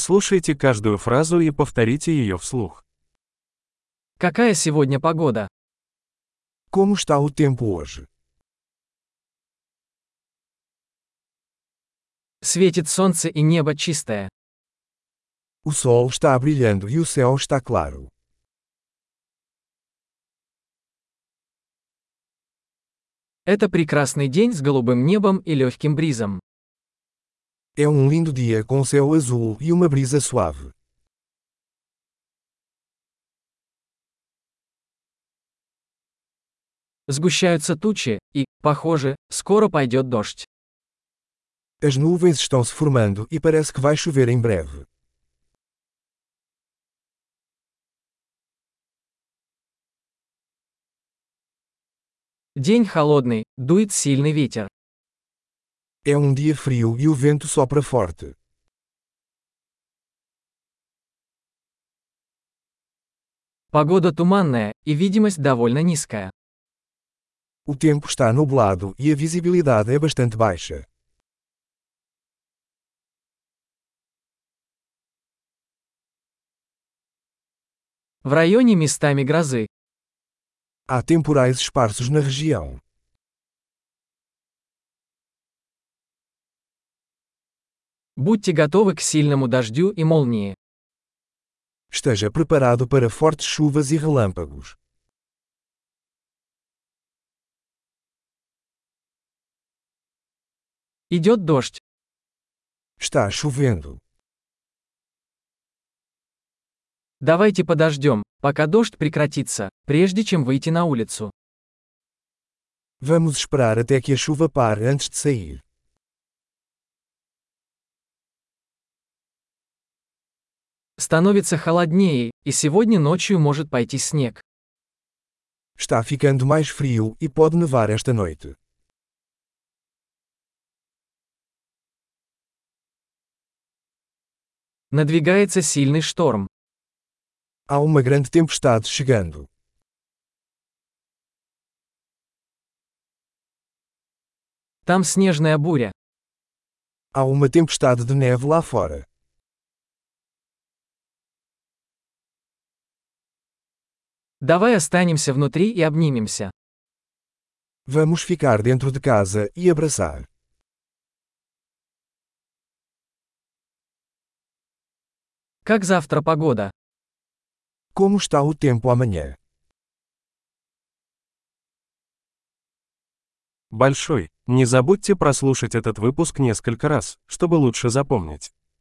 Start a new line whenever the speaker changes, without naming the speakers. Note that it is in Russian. Прослушайте каждую фразу и повторите ее вслух.
Какая сегодня погода?
Como está o tempo hoje?
Светит солнце и небо чистое.
O sol está brilhando e o céu está claro.
Это прекрасный день с голубым небом и легким бризом.
É um lindo dia com céu azul e uma brisa suave.
Сгущаются тучи, и, похоже, скоро пойдет дождь.
As nuvens estão se formando e parece que vai chover em breve.
День холодный, дует сильный ветер.
É um dia frio e o vento sopra forte.
Погода туманная, и видимость довольно низкая.
O tempo está nublado e a visibilidade é bastante baixa.
В районе местами грозы.
Há temporais esparsos na região.
Будьте готовы к сильному дождю и молнии.
Esteja preparado para fortes chuvas e relâmpagos.
Идет дождь.
Está chovendo.
Давайте подождем, пока дождь прекратится, прежде чем выйти на улицу.
Vamos esperar até que a chuva pare antes de sair.
Становится холоднее, и сегодня ночью может пойти снег.
Está ficando mais frio e pode nevar esta noite.
Надвигается сильный шторм.
Há uma grande tempestade chegando.
Там снежная буря.
Há uma tempestade de neve lá fora.
Давай останемся внутри и обнимемся.
Vamos ficar dentro de casa e abraçar.
Как завтра погода?
Como está o tempo amanhã?
Большой. Не забудьте прослушать этот выпуск несколько раз, чтобы лучше запомнить.